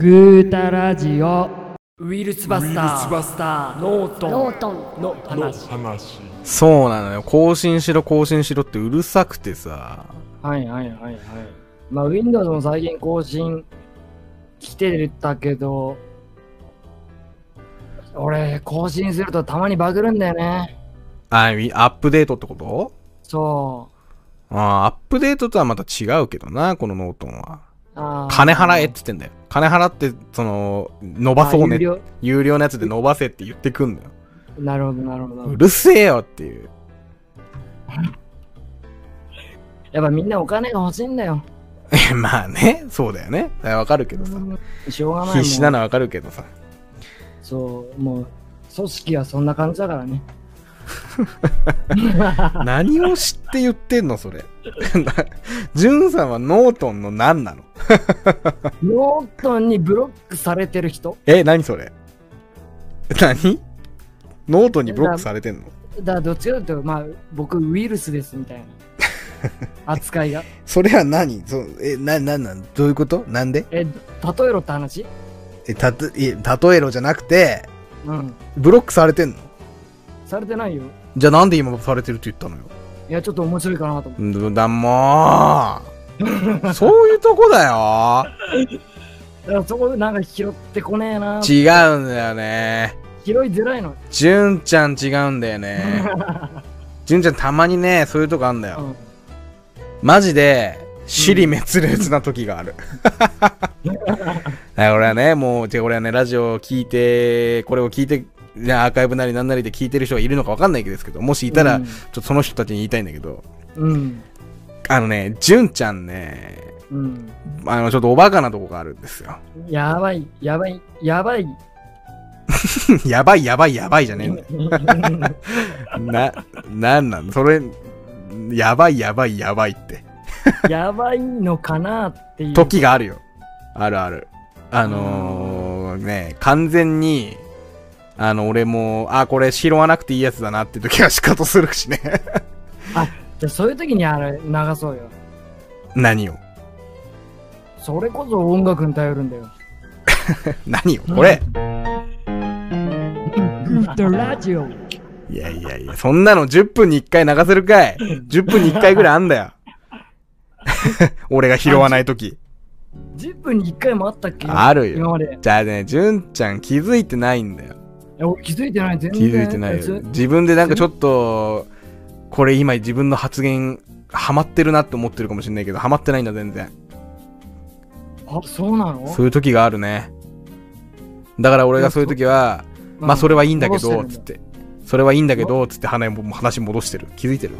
ぐーたラジオウイルスバスターノートンノートンの話話そうなのよ。更新しろ、更新しろってうるさくてさ。はいはいはいはいまあ Windows も最近更新来てたけど俺更新するとたまにバグるんだよねあ、いアップデートってことそあーアップデートとはまた違うけどな、このノートンは。うあー金払えって言ってんだよ。金払って、その、伸ばそうあね有。料有料のやつで伸ばせって言ってくんだよ。なるほどなるほどうるせえよっていう。やっぱみんなお金が欲しいんだよえ まあね、そうだよね。それはわかるけどさ。しょうがないもん必死なのはわかるけどさ。そうもう組織はそんな感じだからね何を知って言ってんの、それ。 ジュンさんはノートンの何なのノートンにブロックされてる人え、何それ 何ノートにブロックされてんのだからどっちかというとまあ僕ウイルスですみたい な扱いがそれは何そうえ、な、な、なん、どういうことなんでえ例えろって話え、たと、いえ、例えろじゃなくて、うんブロックされてんのされてないよじゃあなんで今されてるって言ったのよ。いやちょっと面白いかなと思んだ、もう そういうとこだよってだからそこなんか拾ってこねえな違うんだよね。拾いづらいの、じゅんちゃん違うんだよね。じゅんちゃんたまにね、そういうとこあんだうよ。ん、マジで、死に滅裂な時がある。 だから俺はね、もう、てか俺はね、ラジオを聞いて、これを聞いて、ねアーカイブなりなんなりで聞いてる人がいるのかわかんないですけど、もしいたら、うんちょっとその人たちに言いたいんだけど、うんあのね、じゅんちゃんね、うんあの、ちょっとおバカなとこがあるんですよ。 やばいやばいやばいやばいやばいやばいじゃねえん だよ。な、なんなんそれ、やばいやばいやばいって。やばいのかなっていう時があるよ。あるある。あのー、ね、完全に、あの、俺も、あ、これ拾わなくていいやつだなって時は仕方するしね。 でそういう時にあれ流そうよ何をそれこそ音楽に頼るんだよ何をこれグ ータラジオいやいやいや、そんなの10分に1回流せるかい ?10 分に1回ぐらいあんだよ。 俺が拾わない時。 10分に1回もあったっけあるよ今までじゃあね、純ちゃん気づいてないんだよ。いや俺気づいてない全然気づいてないよ。自分でなんかちょっと、これ今自分の発言、ハマってるなって思ってるかもしれないけど、ハマってないんだ全然。あそうなのそういう時があるね。だから俺がそういう時は、まあそれはいいんだけど、戻つしってて。それはいいんだけど、つって話も話戻してる。気づいてるる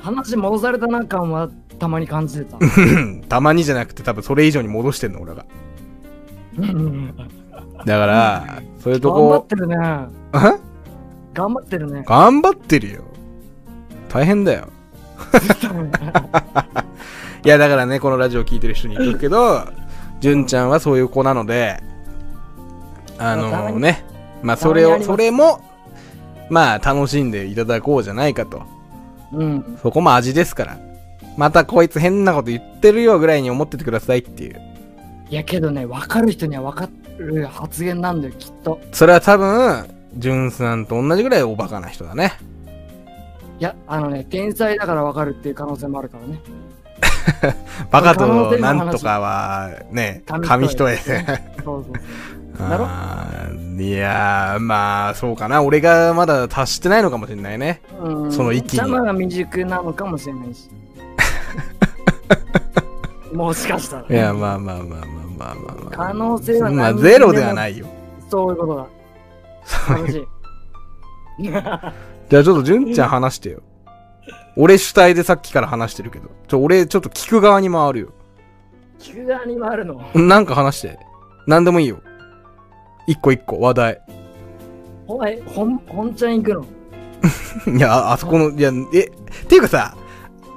話戻されたな感はたまに感じて たたまにじゃなくて多分それ以上に戻してんの、俺が。うんだから、そういうと頑張っこ、てるねえ頑張ってる ね頑張ってるよ。大変だよ。いや、だからね、このラジオ聞いてる人に言っとくけど、純ちゃんはそういう子なので、あのたまにね、まあたそまれにありを、ますそれも、まあ楽しんでいただこうじゃないかと。うんそこも味ですから。またこいつ変なこと言ってるよぐらいに思っててくださいっていう。いやけどね分かる人には分かる発言なんだよきっとそれは多分、ジュンさんと同じぐらいおバカな人だね。いやあのね天才だから分かるっていう可能性もあるからねバカとなんとかは、ね、紙一重で。そうそうそだろあーいやー、まあ、そうかな。俺がまだ達してないのかもしれないね。う、うん、その域に邪魔が未熟なのかもしれない しもしかしたらいや、まあまあまあまあまあまあ、まあ。可能性はまなあ、いゼロではないよ。そういうことだ楽しい じゃあちょっと純ちゃん話してよ。俺主体でさっきから話してるけど。ちょ、俺ちょっと聞く側に回るよ。聞く側にもあるのなんか話して。なんでもいいよ。一個一個、話題。 お前ほん本ちゃん行くのいや、ああそこの、いや、え、っていうかさ、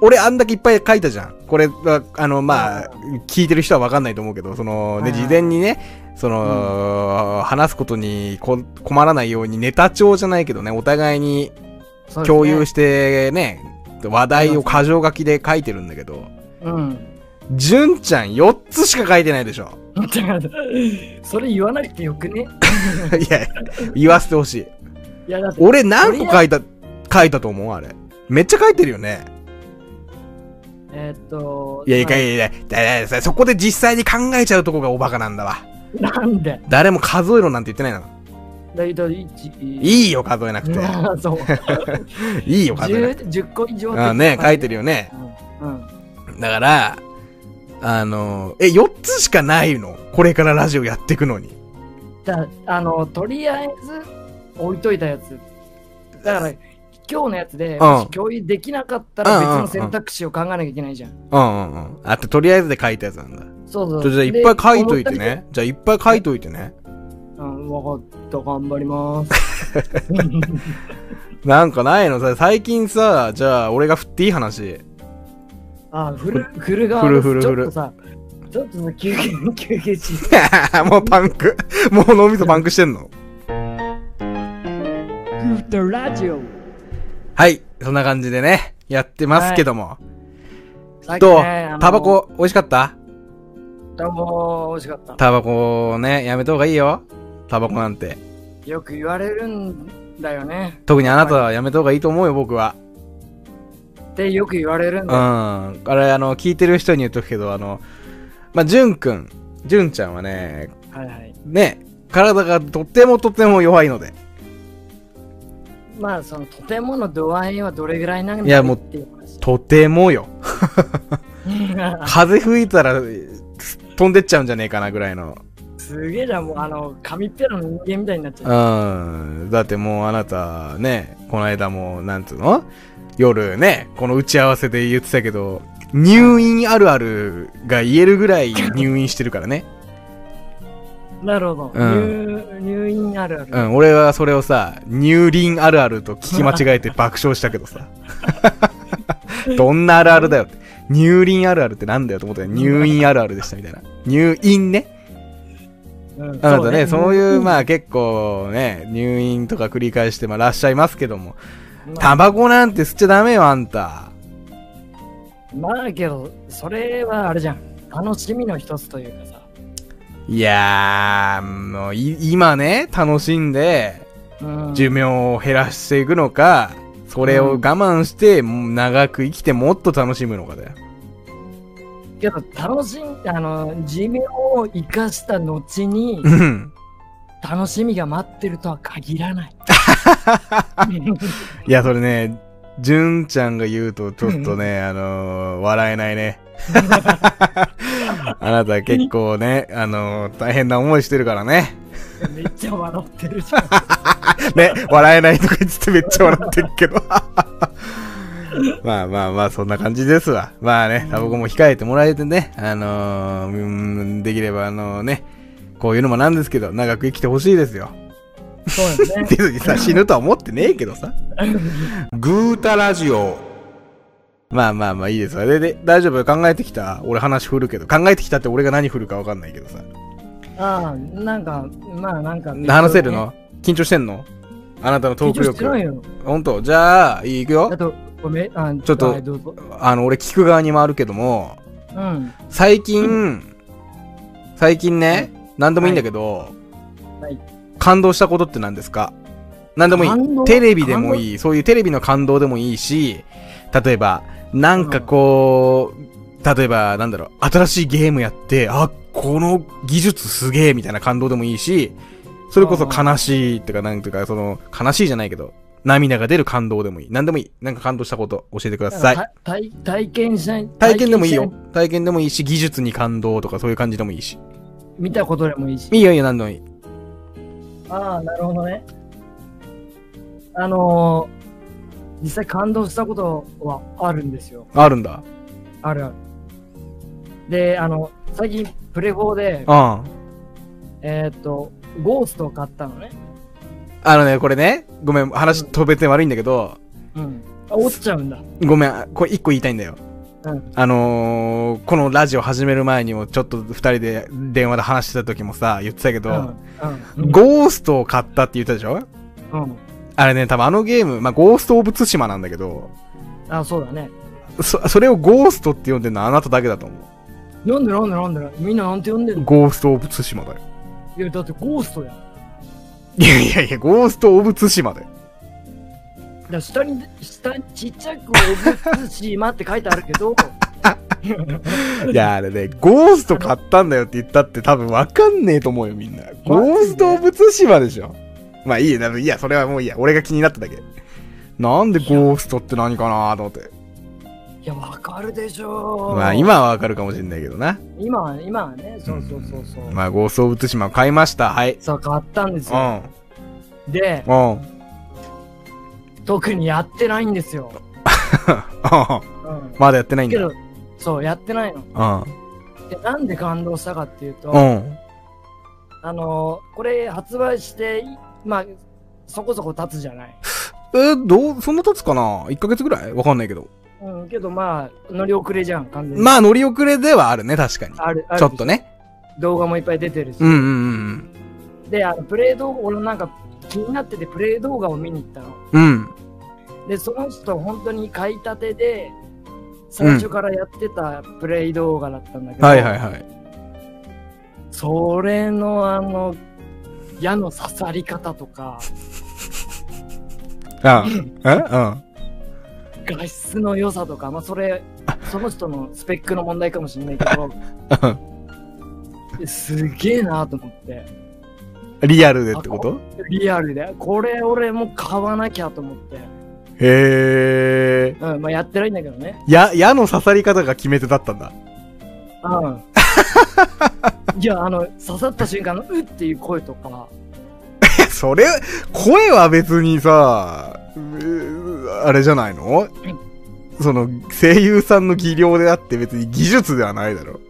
俺あんだけいっぱい書いたじゃん。これは、あの、まあ、聞いてる人はわかんないと思うけど、その、はいね、はい事前にね、その、話すことにこ困らないようにネタ帳じゃないけどね、お互いにそうですね共有してね、話題を箇条書きで書いてるんだけど、うん 純ちゃん4つしか書いてないでしょ。 だからそれ言わなくてよくねいや、言わせてほしい。いやだって俺何個書いた、書いたと思うあれ。めっちゃ書いてるよね。えーっといやいやいやいや、いやそこで実際に考えちゃうとこがおバカなんだわ。 なんで誰も数えろなんて言ってないの。だいたい1いいいよ、数えなくて。 そういいよ、数えなくて。 10, 10個以上うん、ね書いてるよね。うん、うんだから、あの、え、4つしかないのこれからラジオやっていくのに。だあのとりあえず置いといたやつだから今日のやつで、んもし共有できなかったうんうんうんら別の選択肢を考えなきゃいけないじゃん。うんうんうん。あって、とりあえずで書いたやつなんだ。そうそう。じゃあ、じゃあいでっぱい書いといて。ね。じゃあ、いっぱい書いといてね。うん、わかった、頑張ります。 なんかないのさ、最近さ、じゃあ、俺が振っていい話。あ、フル、フルが、フルフルフルちょっとさ、ちょっとさ休憩、休憩し、 もうパンク。 もう脳みそパンクしてんのグッドラジオはい。そんな感じでね、やってますけども。さっきどうねあのタバコ、美味しかったタバコ美味しかった。タバコね、やめた方がいいよ。タバコなんて。よく言われるんだよね。特にあなたはやめた方がいいと思うよ、僕は。ってよく言われるんうん。だよ。あれ、あの、聞いてる人に言っとくけど、あの、まあ、じゅんくん、じゅんちゃんはね、はいはい。ね、体がとてもとても弱いので。まあ、その、とてもの度合いはどれぐらいなのいやもうっていう話とてもよ。風吹いたら、飛んでっちゃうんじゃねえかなぐらいの。 すげえじゃん、もう、あの、紙っぺらの人間みたいになっちゃう。うん。だってもうあなたね、この間も、なんつうの夜ね、この打ち合わせで言ってたけど、入院あるあるが言えるぐらい入院してるからね。なるほど、うん入入院あるある、うん、俺はそれをさ、入輪あるあると聞き間違えて爆笑したけどさ。どんなあるあるだよって。入輪あるあるってなんだよと思ったら入院あるあるでしたみたいな。入院ね。うんあなたね、そういう、まあ結構 ね、入院とか繰り返して、まあらっしゃいますけども、まあタバコなんて吸っちゃダメよ、あんた。まあけどそれはあれじゃん楽しみの一つというかさいやー、もうい、今ね、楽しんで、うん寿命を減らしていくのか、それを我慢して、長く生きてもっと楽しむのかだよ。 けど楽しんあの寿命を生かした後にうん。楽しみが待ってるとは限ら ないいや、それね、純ちゃんが言うと、ちょっとね、あのー笑えない ね。あなた結構ね、あのー大変な思いしてるからね。めっちゃ笑ってるじゃんね、笑えないとか言ってめっちゃ笑ってるけど。 まあまあまあ、そんな感じですわ。まあね、タバコも控えてもらえてね、あのー、うーんできればあのね、こういうのもなんですけど、長く生きてほしいですよ。そうですね別にさ、死ぬとは思ってねえけどさ。グータラジオ。まあまあまあいいですわ。で、で、大丈夫考えてきた俺話振るけど、考えてきたって俺が何振るかわかんないけどさ。ああなんかまあなんか話せるの緊張してんのあなたの緊トーク張してない力。よほんとじゃあ、いくよあ。とごめんあちょっとはいどうぞあの、俺聞く側に回るけども、うん最近、最近ね、何でもいいんだけど、はい感動したことって何ですか何でもい感い。動テレビでもいい。そういうテレビの感動でもいいし、例えば、なんかこう、例えば、なんだろう、新しいゲームやって、あ、この技術すげえみたいな感動でもいいし、それこそ悲しいとか、なんとか、その、悲しいじゃないけど、涙が出る感動でもいい。何でもいい。なんか感動したこと教えてください。た体体験しない体験でもいい体よ験しな。体験でもいいし、技術に感動とかそういう感じでもいいし。見たことでもいいしいいよいいよ、何でもいい。ああ、なるほどね。あのー、実際感動したことはあるんですよ。あるんだ。あるある。で、あの、最近プレ4で、うん。えーっと、ゴーストを買ったのね。あのね、これね、ごめん、話飛べて悪いんだけど、うん。あ、落ちちゃうんだ。ごめん、あこれ一個言いたいんだよ。うん。あのー、このラジオ始める前にもちょっと二人で電話で話してた時もさ、言ってたけうど、ん。うん。ゴーストを買ったって言ったでしょうん。あれね、多分あのゲーム、まあ、ゴースト・オブ・ツシマなんだけど、あ、そうだね。そ、それをゴーストって呼んでるのはあなただけだと思う。なんでなんでなんでみんななんて呼んでんのゴースト・オブ・ツシマだよ。いや、だってゴーストやん。いやいやいや、ゴースト・オブ・ツシマだよ。だから下に、下にちっちゃくおぶつしまって書いてあるけど、いや、あれね、ゴースト買ったんだよって言ったって多分わかんねえと思うよ、みんな。ゴースト・オブ・ツシマでしょ。まあいいよ、多分いいや、それはもういいや。俺が気になっただけ。なんでゴーストって何かなと思って。いや、わかるでしょ。まあ、今はわかるかもしれないけどな。今は、今はね、そうそうそうそう。まあ、ゴースト・オブ・ツシマ買いました。はい。そう、買ったんですうよ。ん。で、うん。 特にやってないんですよ。まうん。だやってないんけだ。ど、そう、やってないの。うん。で、なんで感動したかっていうと、うん。あのーこれ発売して、まあ、そこそこ経つじゃない。えーどう、そんな経つかな ?1 ヶ月ぐらいわかんないけど。うん、けどまあ、乗り遅れじゃん、完全に。まあ、乗り遅れではあるね、確かに。ある、あるちょっとね。動画もいっぱい出てるし。うんうんで、あのプレイ動画、俺なんか気になっててプレイ動画を見に行ったの。うんうん。うん。で、その人、本当に買いたてで、最初からやってたプレイ動画だったんだけど、はいはいはい。それのあの、矢の刺さり方とか、 あ、え画質の良さとか、まあそれ、その人のスペックの問題かもしれないけ ど、すげえなと思って、うん。リアルでってことリアルで、これ俺も買わなきゃと思って、へえ。うん、まあやってないんだけどね。や、矢の刺さり方が決め手だったんだ。 うん。いや、あの、刺さった瞬間の、うっていう声とか、それ、声は別にさ、うーあれじゃないのその、声優さんの技量であって別に技術ではないだろ。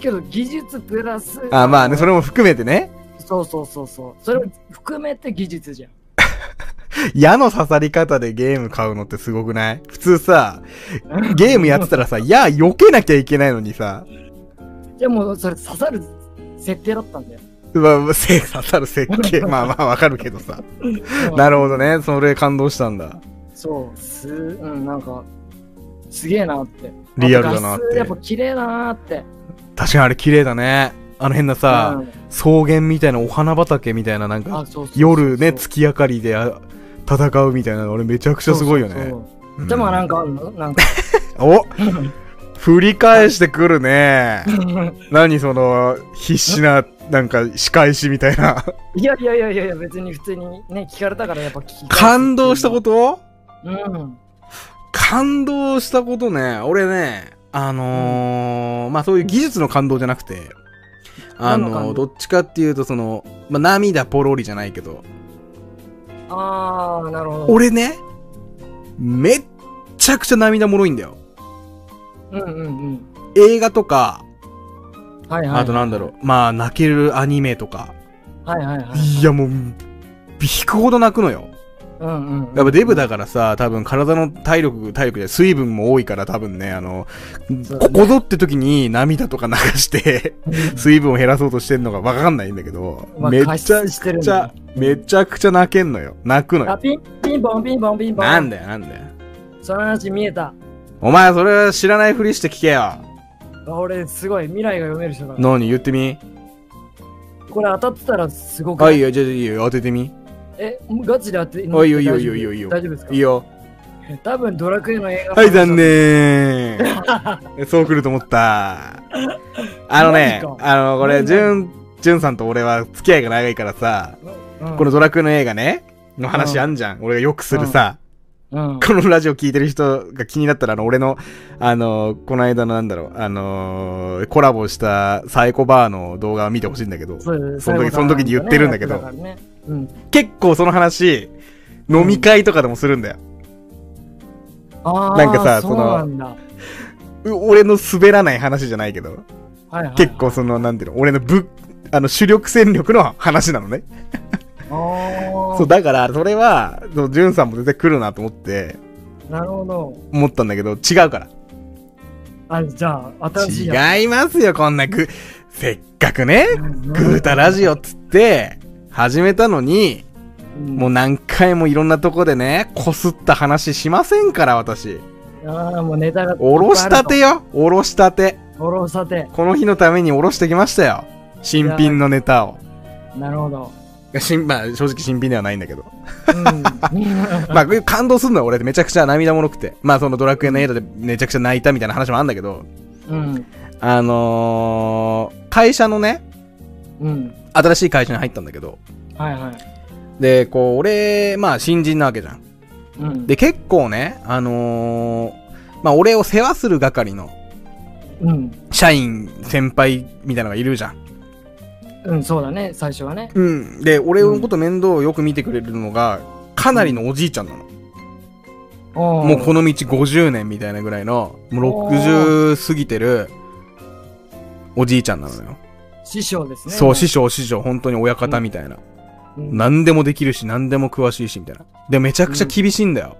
けど技術プラス、あ、まあね、それも含めてね。そうそうそうそう。それを含めて技術じゃん。矢の刺さり方でゲーム買うのってすごくない普通さ、ゲームやって たらさ、矢避けなきゃいけないのにさ、でも、それ刺さる設定だったんだよ。まあ、まあせ刺さる設 計、まあまあわかるけどさ。うんなるほどね、それ感動したんだ。そう、す、うん、なんか、すげえなって。リアルだなあってと画質やっぱ綺麗だなって。確かにあれ綺麗だね。あの変なさ、うん草原みたいなお花畑みたいななんか、、そうそうそう夜ね、月明かりであ戦うみたいなの俺めちゃくちゃすごいよね。そうそうそううんでもなんかあんの なんか、お振り返してく るね。何その、必死な、なんか仕返しみたいな。いやいやいやいやいや、別に普通にね、聞かれたからやっぱ聞き返すっていうのは感動したことうん。感動したことね、俺ね、あのーまあそういう技術の感動じゃなくて、あ何のの感動どっちかっていうとその、まあ、涙ポロリじゃないけど、あー、なるほど。俺ね、めっちゃくちゃ涙もろいんだよ。うんうん映画とか、うん。はいはい。あとなんだろう、まあ泣けるアニメとか、う。はいはいはい。いやもう、引くほど泣くのよ。うんうんうん。やっぱデブだからさ、多分体の体力、体力で水分も多いから多分ね、あの、そうだこねこぞって時に涙とか流して、う水分を減らそうとしてんのがわかんないんだけど、まあめっ加ちゃ湿してるくんちだゃ、めちゃくちゃ泣けんのよ。泣くのん。あ、よ。ピン、ピンポンピンポンピンポン。なんだよ、なんだよ。その話見えた。お前、それは知らないふりして聞けよ。俺、すごい未来が読める人だから。何言ってみこれ当たってたらすごくなあ、い。いいよ、じゃあいいよ、当ててみ。え、ガチで当てあいいよいいよ大丈夫いいよいいよ大丈夫ですかいいよ。多分ドラクエの映画。はい、残。念。そう来ると思った。あのねマジ、かあの、これ、何じゅん、じゅんさんと俺は付き合いが長いからさ、うん、このドラクエの映画ね、の話あんじゃん。俺がよくするさ。うん。このラジオ聞いてる人が気になったら、あの、俺の、あの、この間のなんだろう、あのコラボしたサイコバーの動画を見てほしいんだけど、そうその最時後その時に言ってるんだけどねやつからねうん。結構その話、飲み会とかでもするんだよ。ああ、なんかさそうなんだ。う俺の滑らない話じゃないけど、はいはい結構その、なんていうの、俺のぶ、あの、主力戦力の話なのね。あそう、だから、それは、そのジュンさんも絶対来るなと思って、あ、なるほど。思ったんだけど、違うから。あ、じゃあ、新しいや違いますよ、こんなぐ、せっかくね、つ。うんグータラジオっつって、始めたのに、うんもう何回もいろんなとこでね、こすった話しませんから、私。ああ、もうネタが。おろしたてよ、おろしたて。うん。おろさて。この日のためにおろしてきましたよ。新品のネタを。なるほ ど。新まあ、正直新品ではないんだけど。うん。まあ、感動するのは俺めちゃくちゃ涙もろくて。まあ、そのドラクエの映画でめちゃくちゃ泣いたみたいな話もあるんだけど、うん。あのー会社のね、うん。新しい会社に入ったんだけど、はいはい。で、こう、俺、まあ、新人なわけじゃん。うん。で、結構ね、あのーまあ、俺を世話する係のうん。社員、先輩みたいなのがいるじゃん。うん、そうだね、最初はね。うん。で、俺のこと面倒をよく見てくれるのが、かなりのおじいちゃんなの。ももうこの道50年みたいなぐらいの、もう60過ぎてる、おじいちゃんなのよ。師匠ですね。そう、師匠、師匠、本当に親方みたいな。うん。何でもできるし、何でも詳しいし、みたいな。で、めちゃくちゃ厳しいんだよ。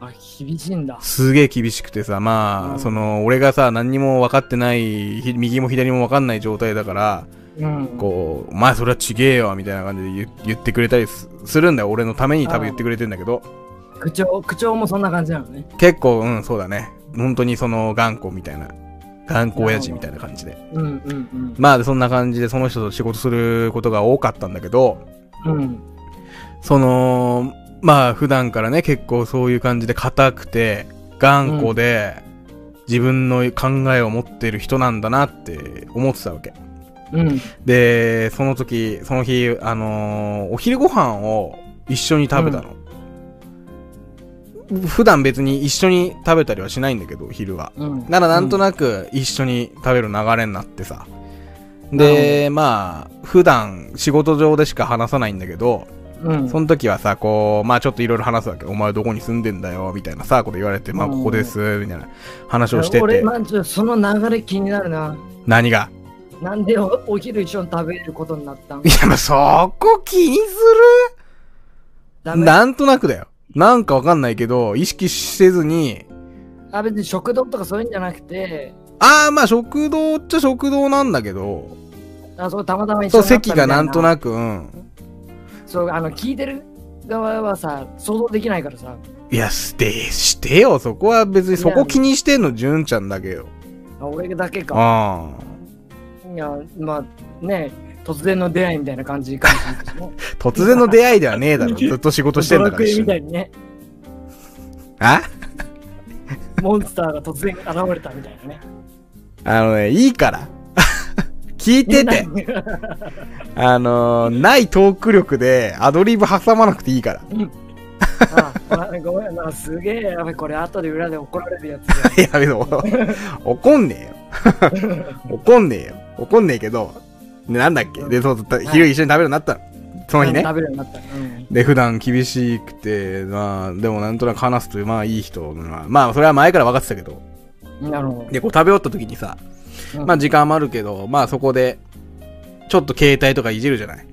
あ、厳しいんだ。すげえ厳しくてさ、まあ、うんその、俺がさ、何にも分かってない、ひ右も左も分かんない状態だから、うん。こう、まあ、それはちげえよ、みたいな感じで言言ってくれたりすするんだよ。俺のために多分言ってくれてんだけど、口調、口調もそんな感じなのね。結構、うん、そうだね。本当にその、頑固みたいな。頑固親父みたいな感じで。うんうんまあ、そんな感じでその人と仕事することが多かったんだけど、うん。うん。その、まあ普段からね、結構そういう感じで硬くて、頑固で、自分の考えを持ってる人なんだなって思ってたわけ。うん。で、その時、その日、あのーお昼ご飯を一緒に食べたの。普段別に一緒に食べたりはしないんだけど、昼は。うん。ならなんとく。なく一緒に食べる流れになってさ。で、まあ、普段仕事上でしか話さないんだけど、うん。その時はさ、こう、まあちょっといろいろ話すわけ。お前どこに住んでんだよ、みたいなさ、こと言われて、まあうんここです、みたいな話をして俺、て。まんじゅう、その流れ気になるな。何が なんでおお昼一緒に食べることになったんいや、まあそこ気にすダるメなんとなくだよ。なんかわかんないけど、意識せずに、あ別に食堂とかそういうんじゃなくて、ああ、まあ食堂っちゃ食堂なんだけど、あそうたまたま一緒そになったう、み席たいながなんとなく、うん。そうあの聞いてる側はさ想像できないからさいや、して、してよ、そこは別に、そこ気にしてんの、純ちゃんだけよ。あ俺だけかああ。いやまあね突然の出会いみたいな感じかもしれないです ね突然の出会いではね えだろ、ずっと仕事してんだドかラクらエ一緒みたに。いにねあモンスターが突然現れたみたいなねあのね、いいから。 聞いてて。ねなあのーないトーク力でアドリブ挟まなくていいから。 ああごめんなすげえやべこれ後で裏で怒られるやつだやべえぞ、 怒んねえよ。 怒んねえよ。怒んねえけど、でなんだっけで、そうそう、昼一緒に食べるようになったの。その日ね。食べるようになった、うんで、普段厳しくて、まあ、でもなんとなく話すという、まあいい人まあまあ、それは前から分かってたけど。なるほで、こう食べ終わった時にさ、ど、うんまあ時間もあるけど、まあそこで、ちょっと携帯とかいじるじゃない。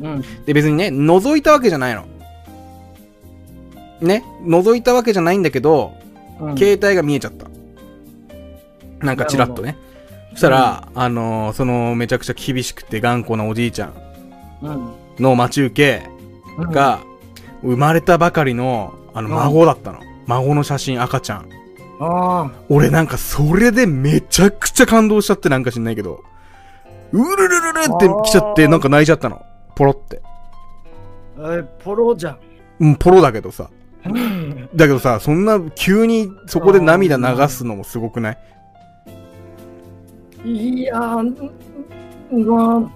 うんで、別にね、覗いたわけじゃないの。ね、覗いたわけじゃないんだけど、うん携帯が見えちゃった。なんかチラッとね。そしたら、あのーそのめちゃくちゃ厳しくて頑固なおじいちゃんうんの待ち受うけんが、生まれたばかりの、あの、孫だったの。孫の写真、赤ちゃん。ああ俺なんかそれでめちゃくちゃ感動しちゃってなんか知んないけど、うるるるるって来ちゃって、なんか泣いちゃったの。ポロって。えーポロじゃんうん、ポロだけどさ。だけどさ、そんな急にそこで涙流すのもすごくないいやー、うわ、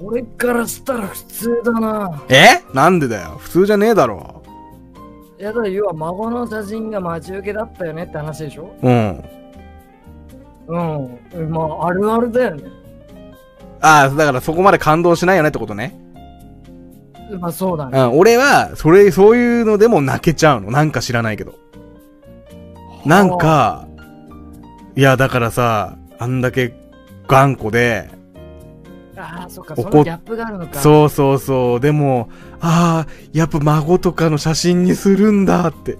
俺からしたら普通だな。えなんでだよ普通じゃねえだろ。いやだ、要は孫の写真が待ち受けだったよねって話でしょうん。うん。まあ、あるあるだよね。ああ、だからそこまで感動しないよねってことね。まあ、そうだうね。ん、俺は、それ、そういうのでも泣けちゃうの。なんか知らないけど。なんか、いや、だからさ、あんだけ頑固で、ああ、そっか、怒そっのギャップがあるのか。う。そうそうそう、でも、ああ、やっぱ孫とかの写真にするんだって。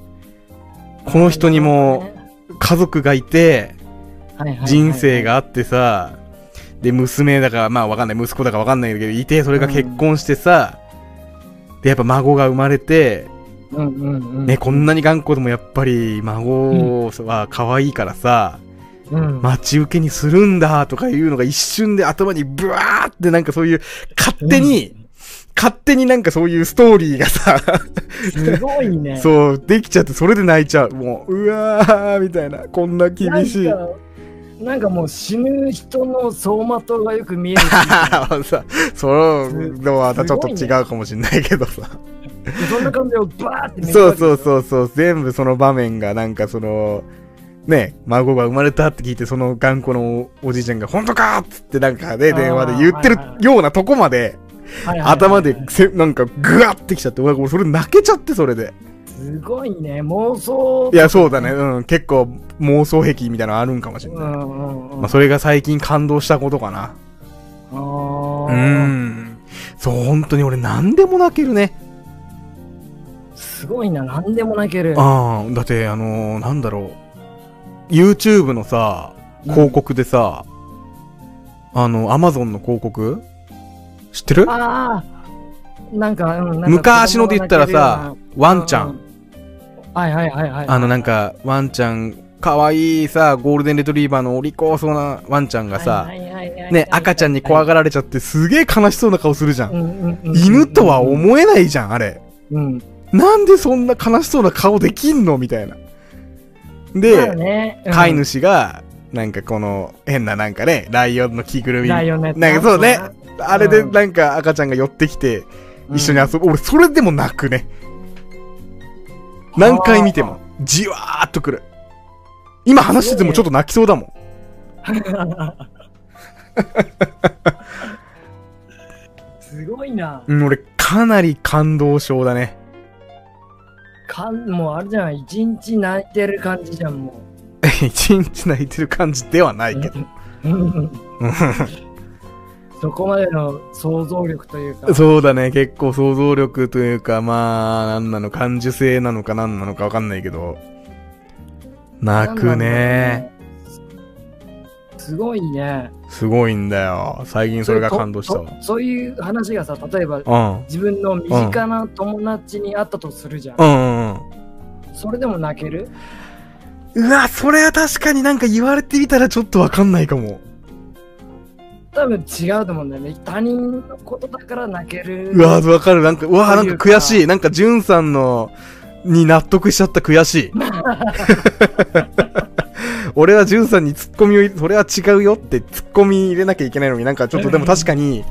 この人にも、家族がいて、はいはいはい人生。があってさ、で、娘だから、まあわかんない、息子だからわかんないけど、いて、それが結婚してさ、で、やっぱ孫が生まれて、うんうんうん。ね、こんなに頑固でもやっぱり孫は可愛いからさ、うん。待ち受けにするんだとかいうのが一瞬で頭にブワーってなんかそういう、勝手に、勝手になんかそういうストーリーがさ、すごいね。そう、できちゃってそれで泣いちゃう。もう、うわーみたいな、こんな厳しい。なんかなんかもう死ぬ人の走馬灯がよく見えるしさそののはまたちょっと違うかもしんないけどさ。 そんな感じをバーって見えるそわうけそうそうそう、全部その場面がなんかその、ね、孫が生まれたって聞いて、その頑固のおじいちゃんが、本当かっつってなんかね、あー電話で言ってるはいはいはいようなとこまで、はいはいはい頭でせ、なんかグワってきちゃって、俺俺それ泣けちゃって、それで。すごいね妄想いや、そうだね、うん、結構妄想癖みたいなのあるんかもしれうない。んうんうんまあ、それが最近感動したことかな。あうーん。そう、本当に俺何でも泣けるね。すごいな何でも泣けるああ、だって、あのーなんだろう。YouTube のさ、うん広告でさ、あの、Amazon の広告知ってるあーなんか,、うん、なんか昔ので言ったらさ、ワンちゃ。うんはいはいはいはいあの、なんか、ワンちゃん、かわいいさ、ゴールデンレトリーバーのお利口そうなワンちゃんがさ、ね、赤ちゃんに怖ががられちゃってすげえ悲しそうな顔するじゃん。犬犬とは思えないじゃん、あれ。うんなんでそんな悲しそうな顔できんのみたいな。で、まあねうん飼い主が、なんかこの変ななんかね、ライオンの着ぐるみ。ライオンのやつなんかそうねそう。あれでうんなんか赤ちゃんが寄ってきて、うん一緒に遊ぶ。俺、それでも泣くね。何回見ても、じわーっとくる。今話しててもちょっと泣きそうだもん。すごいなうん、俺、かなり感動症だね。 かんもうあれじゃん一日泣いてる感じじゃんも一日泣いてる感じではなういけど。うんそこまでの想像力というかそうだね、結構想像力というか、まあ、なんなの、感受性なのかなんなのかわかんないけど、泣くね。すごいねすごいんだよ。最近それが感動したととそういう話がさ例えばわ。自分の身近な友達に会ったとするじゃん、うん。うんうんうん。それでも泣けるうわ、それは確かになんか言われてみたらちょっとわかんないかも。多分違うと思うんだよね他人のことだから泣けるうわ、わかる。なんか、うわ、そなうんいかうか悔しい。なんか、じゅんさんの、に納得しちゃった悔 しい。俺はじゅんさんにツッコミを入れ、それは違うよってツッコミ入れなきゃいけないのになんかちょっとでも確かに、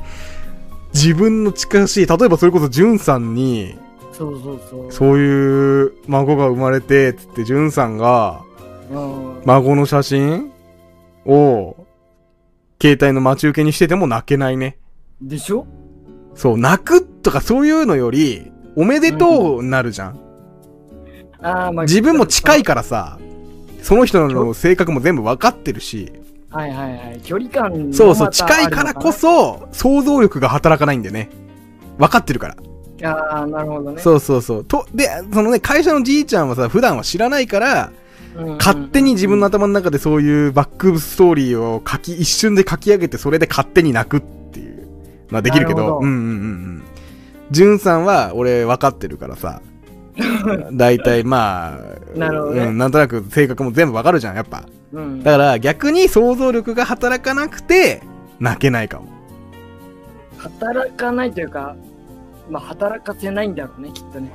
自分の近しい、例えばそれこそじゅんさんに、そうそうそうそういう孫が生まれて、つってじゅんさんが、うん孫の写真を、携帯の待ち受けにしてても泣けないね。でしょそう、泣くとかそういうのより、おめでとうになるじゃん。あーまあ自分も近いかからさ、その人の性格も全部わかってるし、はいはいはい距離感もまたそうそう、近いからこあそ、想像力が働かないんでね。わかってるから。るのかなあーなるほどねそうそうそう。と、で、そのね、会社のじいちゃんはさ、普段は知らないから、うんうん勝手に自分の頭の中でそういうバックストーリーを書き、一瞬で書き上げて、それで勝手に泣くっていうのはできるけど、なるほうどんうんうんうん。じゅんさんは俺分かってるか らさ、大体まあ、なるほどねうん、なんとなく性格も全部分かるじゃん、やっぱ。うんだから逆に想像力が働かなくて、泣けないかも。働かないというかまあ働かせないんだろうねきっとね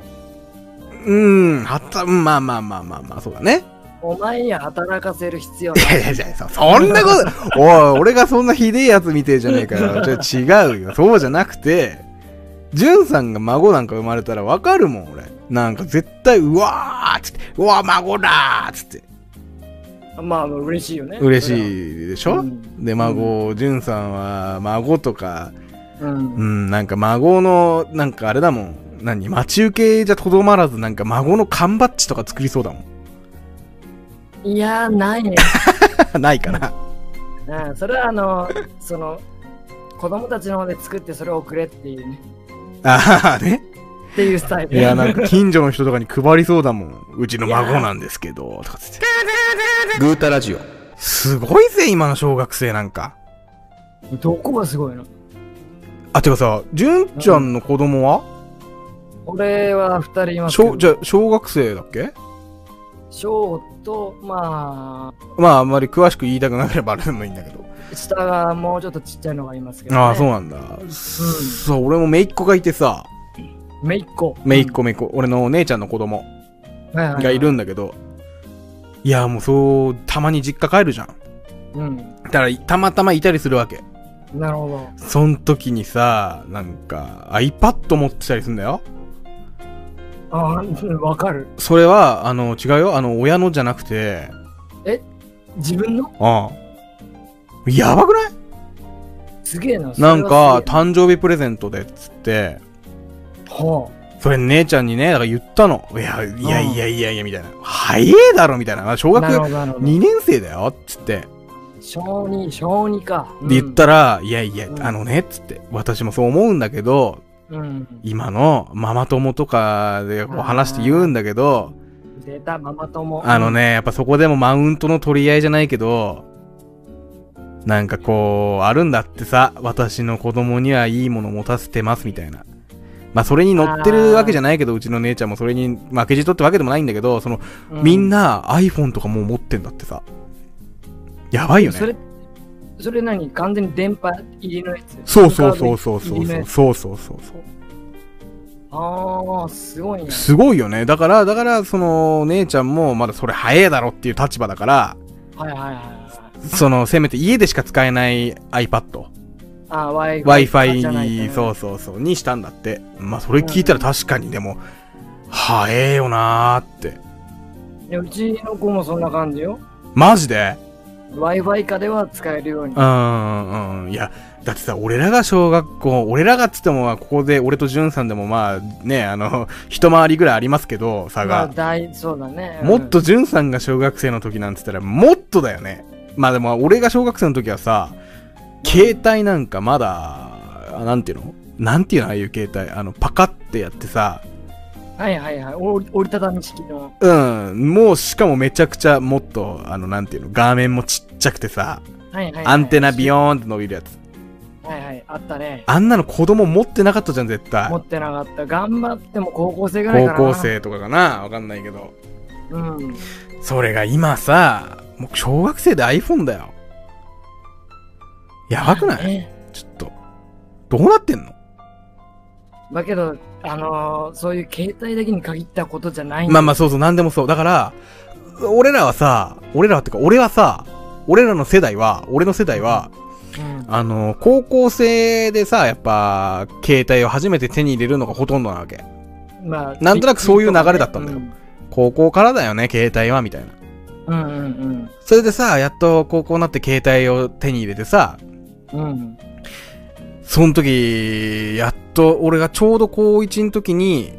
うん、はた、まあまあまあまあまあ、そうだね。お前には働かせる必要いやいやいや、そそんなこと、おい、俺がそんなひでえやつみてえじゃねえかよ。ちょ違うよ。そうじゃなくて、じゅんさんが孫なんか生まれたらわかるもん、俺。なんか絶対、うわーっつって、うわ、孫だーっつって。まあ嬉しいよね嬉いしいでしょ、うんで、孫、じゅんさんは、孫とか、うんうん、なんか孫の、なんかあれだもん。何待ち受けじゃとどまらず、なんか孫の缶バッジとか作りそうだもいやーないねん。 ないかな。うん、それはあの、その、子供たちの方で作ってそれを送れっていうね、ああ、ね。っていうスタイル。いや、なんか近所の人とかに配りそうだもん。うちの孫なんですけど、とかつって。グータラジオ。すごいぜ、今の小学生なんか。どこがすごいのあ、てかさ、純ちゃんの子供は、俺は二人いますけ小どじゃあ小学生だっけショーと、ままあ、あんまり詳しく言いたくなければあれでもいいんだけど。あ、下がもうちょっとちっちゃいのがいますけど、ね。ああ、そうなんだ。そう、俺も姪っ子がいてさ、う。めいっ子。姪っ子姪っ子、俺のお姉ちゃんの子供がいるんだけど、いや、もうそう、たまに実家帰るじゃん。うん。だから、たまたまいたりするわけ。なるほど。そん時にさ、なんか、iPad 持ってたりすんだよ。ああ、わかる。それは、あの、違うよ。あの、親のじゃなくて、自分のああ。やばくないすげえな。それはなすんげえか、、誕生日プレゼントでっつって、はそれ姉ちゃんにね、だから言ったの。いや、いやうんいやいやいや、みたいな。早えだろ、みたいな。小あ、学なるほど、なるほど。 2年生だよ、っつって。小二、小二か。うんで、言っ。たら、いやいやう、んあのね、っつって。私もそう思うんだけど、うん。今のママ友とかでこあうー話して言うんだけど、出たママ友。あの。ね、やっぱそこでもマウントの取り合いじゃないけど、なんかこう、あるんだってさ、私の子供にはいいもの持たせてますみたいな。まあそれに乗ってるわけじゃないけど、うちの姉ちゃんもそれに負けじとってわけでもないんだけど、その、うみんな iPhone とかもう持ってんだってさ。やばいよね。それ、それ何完全に電波入りのやつ。そうそうそうそうそ入うりのそやうつそうそうそうそう。ああ、すごいね。すごいよね。だから、だから、その、姉ちゃんもまだそれ早えだろっていう立場だから、はいはいはいはい。その、せめて家でしか使えない iPad、ああ、Wi-Fi。 Wi-Fi に、うそうそうそう、にしたんだって。まあ、それ聞いたら確かにでも、早えよなーって。いやうちの子もそんな感じよ。マジで Wi-Fi 下では使えるようにう。ん、うん、いや、だってさ、俺らが小学校、俺らがっつっても、まあここで、俺とんさんでもまあ、ね、あの、一回りぐらいありますけど、差まあ、が。大、そうだね。うんもっと、んさんが小学生の時なんつったら、もっとだよね。まあでも、俺が小学生の時はさ、携帯なんかまだ、あなんていうのなんていうのああいう携帯。あの、パカってやってさ、はいはいはい。お折りたたみ式の。うん、もうしかもめちゃくちゃもっと、あの、なんていうの、画面もちっちゃくてさ、はいはいはい、アンテナビヨーンって伸びるやつ。はいはい。あったね。あんなの子供持ってなかったじゃん、絶対持。ってなかった。頑張っても高校生ぐらい高かな。校。生とかかなわかんないけど。うん。それが今さ、もう小学生で iPhone だよ。やばくないねちょっと、どうなってんのだけど、あのーそういう携帯だけに限ったことじゃないんだまあまあそうそう、なんでもそう。だから、俺らはさ、俺らはってか、俺はさ、俺らの世代は、俺の世代は、うんあの、高校生でさ、やっぱ、携帯を初めて手に入れるのがほとんどなわけ。まあ、なんとなくそういう流れだったんだよう高校からだよね、携帯は、みたいうな。んうんそれでさ、やっと高校になって携帯を手に入れてさ、うん。うん。その時、やっと、俺がちょうど高1の時に、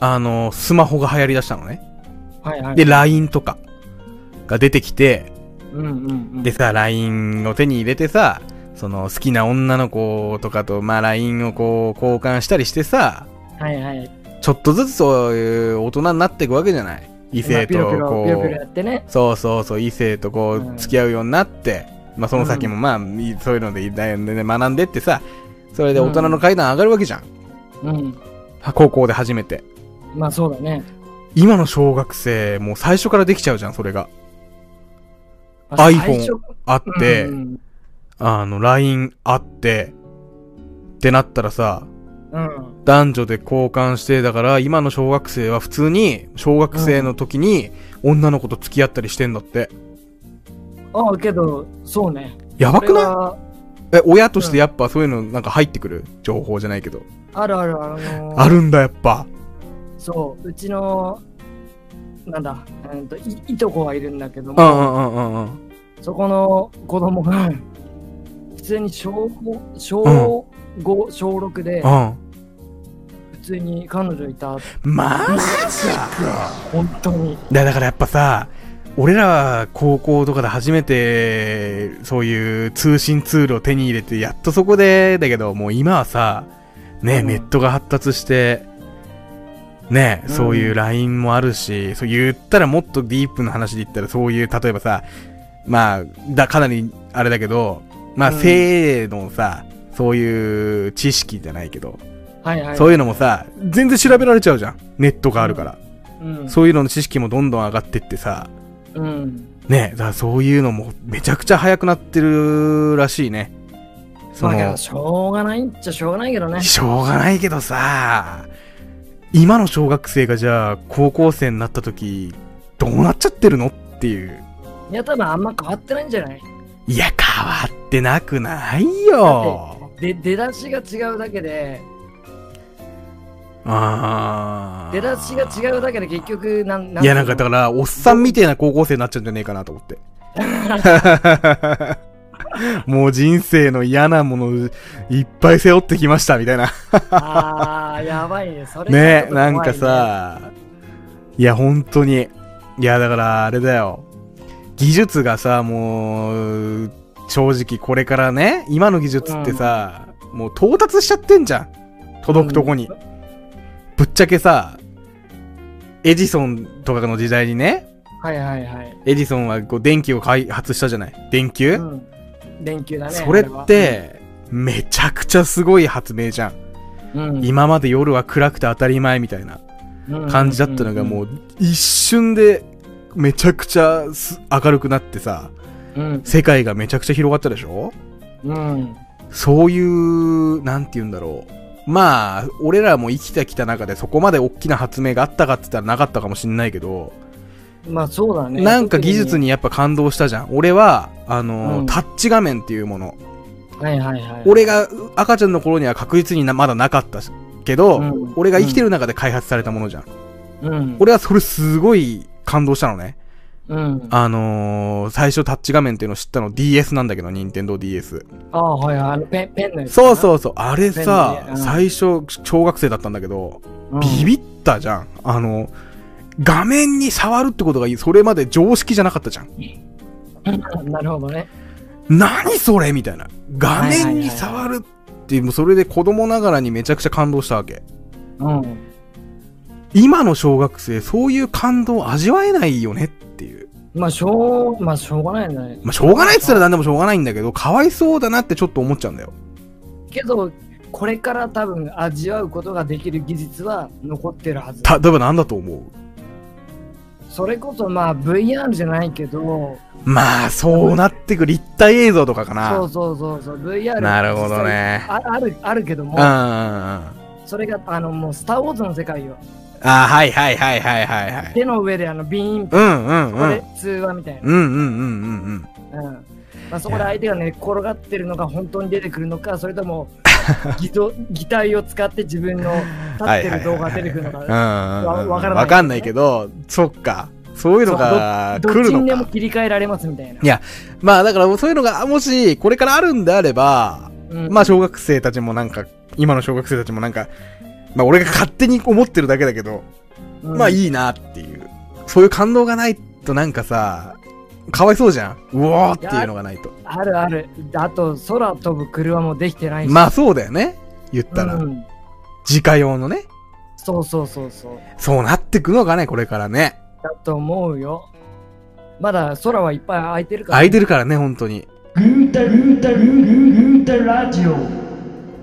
あの、スマホが流行り出したのね。はいはい。で、LINE とかが出てきて、うんうんうん。でさ、LINE を手に入れてさ、その好きな女の子とかと、まあ LINE をこう交換したりしてさ、はいはい。ちょっとずつそういう大人になっていくわけじゃない異性とまあピロピロ、ピロこピロやう、ってね。そうそうそう、異性とこううん付き合うようになって、まあその先もまあ、いそういうので、だいね学んでってさ、それで大人の階段上がるわけじゃん。うん。高校で初めて。まあそうだね。今の小学生、もう最初からできちゃうじゃん、それが。まあ iPhone 最初あって、うんあの、LINE あって、ってなったらさ、うん。男女で交換して、だから今の小学生は普通に、小学生の時に女の子と付き合ったりしてんだって。ああ、けど、そうね。やばくこれなはいえ、親としてやっぱそういうのなんか入ってくる情報じゃないけど。あるある、あのーあるんだ、やっぱ。そう、うちの、なんだ、うんといいとこがいるんだけどうも、んうんうんうんうん。そこの子供が、普通に小五小5、小6で、うん。普通に彼女いた、まあか。本当に。だだからやっぱさ、俺らは高校とかで初めて、そういう通信ツールを手に入れて、やっとそこで、だけど、もう今はさ、ね、うんネットが発達して、ね、うんそういう LINE もあるし、そう言ったらもっとディープな話で言ったら、そういう、例えばさ、まあ、だ、かなり、あれだけど、まあ、うん性のさ、そういう知識じゃないけど、はいはい。そういうのもさ、全然調べられちゃうじゃん。ネットがあるから。うん。そういうのの知識もどんどん上がってってさ、うん。ね、だからそういうのもめちゃくちゃ早くなってるらしいね。そまあけのど、、しょうがないっちゃしょうがないけどね。しょうがないけどさ、今の小学生がじゃあ高校生になった時、どうなっちゃってるのっていう。いや、多分あんま変わってないんじゃないいや、変わってなくないよ。で、出だしが違うだけで、ああ。出だしが違うだけで結局、なん、いや、なんかだかから、おっさんみてえな高校生になっちゃうんじゃねえかなと 思って。もう人生の嫌なものいっぱい背負ってきましたみたいな。あー、やばいね。それねちょっと怖ないんか、さ、いや、本当に。いや、だから、あれだよ。技術がさ、もう、正直これからね、今の技術ってさ、もう到達しちゃってんじゃん。届くとこに。うんぶっちゃけさ、エジソンとかの時代にね、はいはいはい。エジソンはこう電気を開発したじゃない電球、うん。電球だね。それはっ、て、めちゃくちゃすごい発明じゃん。うん今まで夜は暗くて当たり前みたいな感じだったのがもうう一瞬でめちゃくちゃす明るくなってさ、ん、世界がめちゃくちゃ広がったでしょうん。そういう、なんて言うんだろう。まあ、俺らも生きてきた中でそこまで大きな発明があったかって言ったらなかったかもしんないけど、まあそうだね。なんか技術にやっぱ感動したじゃん。俺は、あの、うんタッチ画面っていうもの。特に。はいはいはい。俺がう赤ちゃんの頃には確実になまだなかったしけど、うん俺が生きてる中で開発されたものじゃん。うん。俺はそれすごい感動したのね。うん。ああのー、最初タッチ画面っていうのを知ったの DS なんだけど、任天堂 DS。あ、はいはい。あのペン、ペンのやつかな。そうそうそう。あれさ、便利うん最初、小学生だったんだけど、うん。ビビビったじゃん。あの、画面に触るってことがいい。それまで常識じゃなかったじゃん。なるほどね。何それみたいな。画面には触るって、もうそれで子供ながらにめちゃくちゃ感動したわけ。うん。今の小学生、そういう感動を味わえないよねっていう。まあしょう、まあしょうがないんだね。まあ、しょうがないって言ったら何でもしょうがないんだけど、かわいそうだなってちょっと思っちゃうんだよ。けど、これから多分味わうことができる技術は残ってるはず。例えば何だと思うそれこそまあ VR じゃないけど、まあ、そうなってく立体映像とかかそなう。そうそうそう、VR なるほどね。あある、あるけどうもんうんうん。、あそれがあのもうスターウォーズの世界よ。あ、はいはいはいはいはいはい。手の上であのビーン、うんうんうこれん。通話みたいな。うんうんうんうんうん。うんまあ、そこで相手がね転がってるのが本当に出てくるのかそれと も擬と擬態を使って自分の立はっていはいるはい動は画いが出てくるのか、うんうんうん。わわからないわかんないけど、そっか。そういうのがど来っるちにでのもか。切り替えられますみたいな。まあだからそういうのが、もしこれからあるんであれば、うんまあ小学生たちもなんか、今の小学生たちもなんか、まあ俺が勝手に思ってるだけだけど、うんまあいいなっていう。そういう感動がないとなんかさ、かわいそうじゃん。うおーっていうのがないと。あるある。あと空飛ぶ車もできてないし。まあそうだよね。言ったらう。ん自家用のね。そうそうそうそう。そうなってくのかね、これからね。だと思うよ。まだ空はいっぱい空いてるから、空いてるからね、本当に。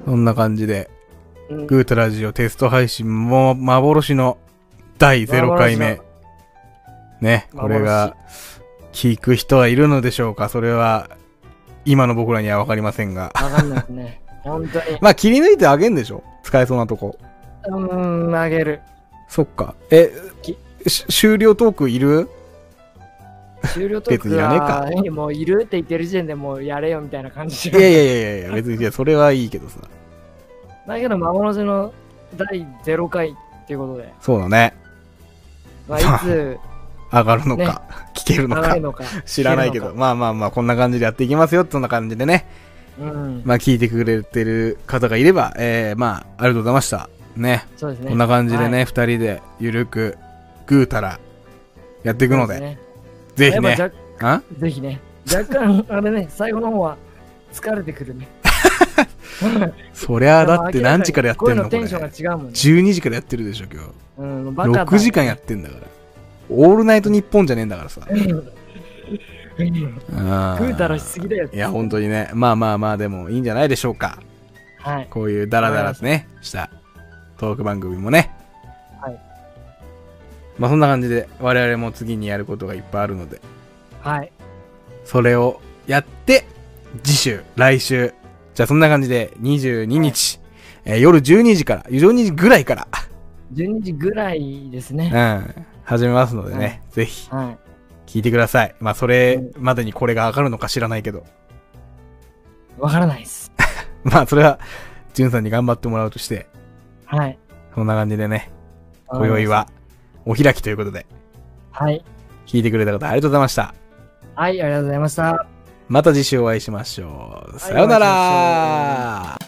そんな感じで、うんグータラジオテスト配信も幻の第0回目。ね、これが聞く人はいるのでしょうかそれは、今の僕らにはわかりませんが。わかんないですね。本当に。まあ切り抜いてあげんでしょ使えそうなとこ。うーん、あげる。そっか。えき、し終了トーク いる終了と別にやねえかもういるって言ってる時点でもうやれよみたいな感じいやいややいやいや、別に、いや、それはいいけどさ。だけど幻の第0回っていうことで、そうだね。まあ、いつ上がるのか、聞けるの流れかる、のか知らないけど、まあまあまあ、こんな感じでやっていきますよ、そんな感じでね。うんまあ、聞いてくれてる方がいれば、えー、まあ、ありがとうございました。ね。そうですねこんな感じではね、二、人で、ゆるく、ぐうたら、やっていくので、そうすねぜひやっね。ぱあ若ぜひね若干あれね 最後の方は疲れてくる ねそりゃ、だって何時からやってん声のこれ。のテンションが違うもんね、 12時からやってるでしょ、今日。うん、バカだ6時間やってんだから。オールナイト日本じゃねえんだからさ。うん食ううたらしすぎだよいや、本当にね。まあまあまあ、でもいいんじゃないでしょうか。はいこういうダラダラね、したトーク番組もね。はい。まあそんな感じで我々も次にやることがいっぱいあるので、はい。それをやって、次週、来週。じゃあそんな感じで22日、えー夜12時から、12時ぐらいか12時ぐらいですね。ら、うん、始めますのでね、ぜひはい。聞いてください。まあそれまでにこれが上がるのか知らないけど、わからないです。まあそれは、じゅんさんに頑張ってもらうとして、はい。そんな感じでね、今宵。はお開きということで、はい。聞いてくれた方ありがとうございました。はい、ありがとうございました。また次週お会いしましょう。さようなら、はいお会いしま